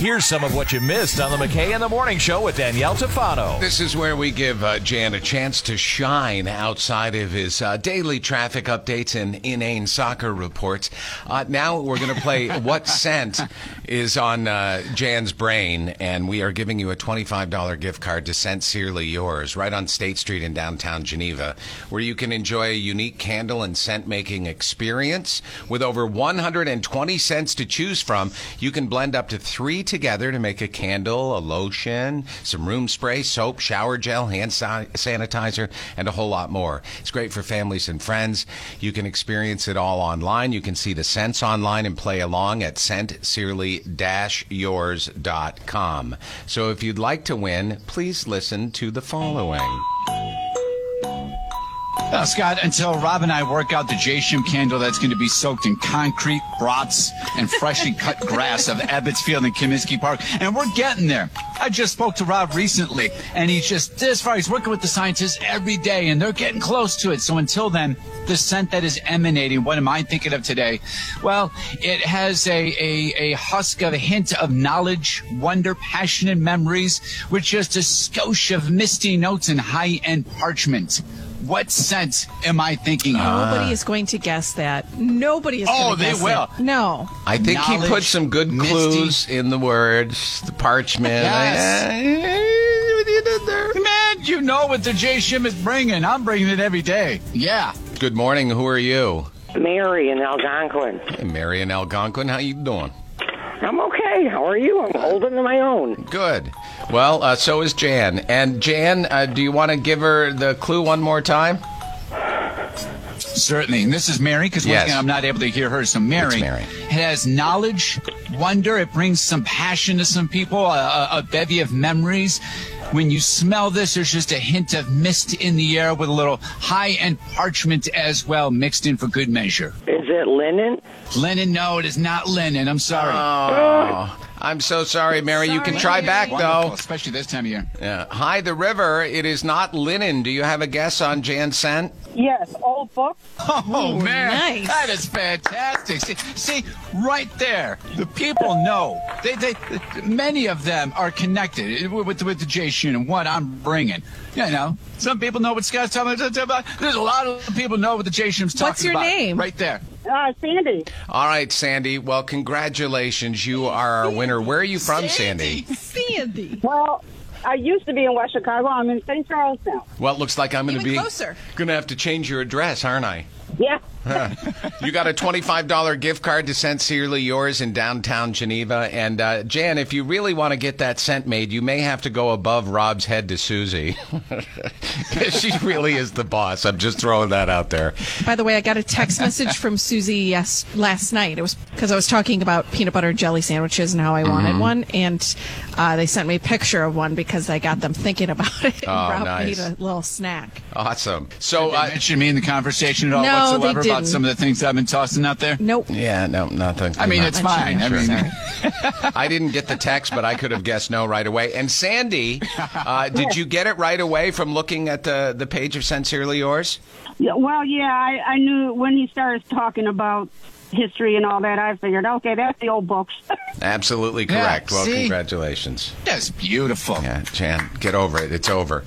Here's some of what you missed on the McKay in the Morning Show with Danielle Tafano. This is where we give uh, Jan a chance to shine outside of his uh, daily traffic updates and inane soccer reports. Uh, now we're going to play What Scent is on uh, Jan's brain, and we are giving you a $25 gift card to Scent Sincerely Yours right on State Street in downtown Geneva, where you can enjoy a unique candle and scent making experience with over 120 scents to choose from. You can blend up to three together to make a candle, a lotion, some room spray, soap, shower gel, hand sa- sanitizer, and a whole lot more. It's great for families and friends. You can experience it all online. You can see the scents online and play along at scentsearly-yours.com. So if you'd like to win, please listen to the following. Uh, Scott, until Rob and I work out the Jashim candle that's going to be soaked in concrete, rots, and freshly cut grass of Abbott's Field in Comiskey Park. And we're getting there. I just spoke to Rob recently, and he's just this far. He's working with the scientists every day, and they're getting close to it. So until then, the scent that is emanating, what am I thinking of today? Well, it has a, a, a husk of a hint of knowledge, wonder, passion, and memories, with just a skosh of misty notes and high end parchment. What scent am I thinking of? Ah. Nobody is going to guess that. Nobody is. Oh, gonna they guess will. It. No. I think he put Knowledge, some good misty. clues in the words, the parchment. Yes. I- I- what you did there. Man, you know what the J Shim is bringing. I'm bringing it every day. Yeah. Good morning. Who are you? Mary in Algonquin. Hey, Mary in Algonquin. How you doing? I'm okay. How are you? I'm holding to my own. Good. Well, uh, so is Jan. And Jan, uh, do you want to give her the clue one more time? Certainly. And this is Mary, because once Yes. again, I'm not able to hear her. So Mary, It's Mary. it has knowledge, wonder. It brings some passion to some people, a, a, a bevy of memories. When you smell this, there's just a hint of mist in the air with a little high-end parchment as well mixed in for good measure. Is it linen? Lennon, no, it is not Lennon. I'm sorry. I'm so sorry, Mary. You can try Sorry. back, Wonderful, though. especially this time of year. Yeah. Hi, the river. It is not linen. Do you have a guess on Jan's scent? Yes, old book. Oh man, nice. that is fantastic. See, see, right there, the people know. They, they, many of them are connected with with the J Shun and what I'm bringing. You know, some people know what Scott's talking about. There's a lot of people know what the J Shun's talking about. What's your name? Right there. Uh, Sandy, All right, Sandy. Well, congratulations. You are our winner. Where are you from, Sandy? Sandy. well, I used to be in West Chicago. I'm in St. Charles now. Well, it looks like I'm going to Even be closer. Going to have to change your address, aren't I? Yeah. You got a $25 gift card to Sincerely Yours in downtown Geneva. And uh, Jan, if you really want to get that scent made, you may have to go above Rob's head to Susie. 'Cause she really is the boss. I'm just throwing that out there. By the way, I got a text message from Susie yes, last night. It was because I was talking about peanut butter and jelly sandwiches and how I wanted Mm-hmm. one, and uh, they sent me a picture of one because I got them thinking about it. and Rob Oh, nice. made a little snack. Awesome. So, Did uh, mention me in the conversation at all No, they whatsoever about didn't. some of the things I've been tossing out there? Nope. yeah, no, nothing. I mean, it's I'm sure. fine. I Sure. mean, I didn't get the text, but I could have guessed no right away. And Sandy, uh, did you get it right away from looking at the, the page of Sincerely Yours? yeah well, yeah, I, I knew when he started talking about history and all that, I figured, okay, that's the old books. Absolutely Yeah, correct. well, see? congratulations. that's beautiful. Yeah, Jan, get over it. It's over.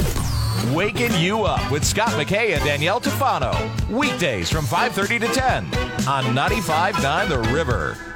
Waking you up with Scott McKay and Danielle Tafano. Weekdays from 5.30 to 10 on 95.9 The River.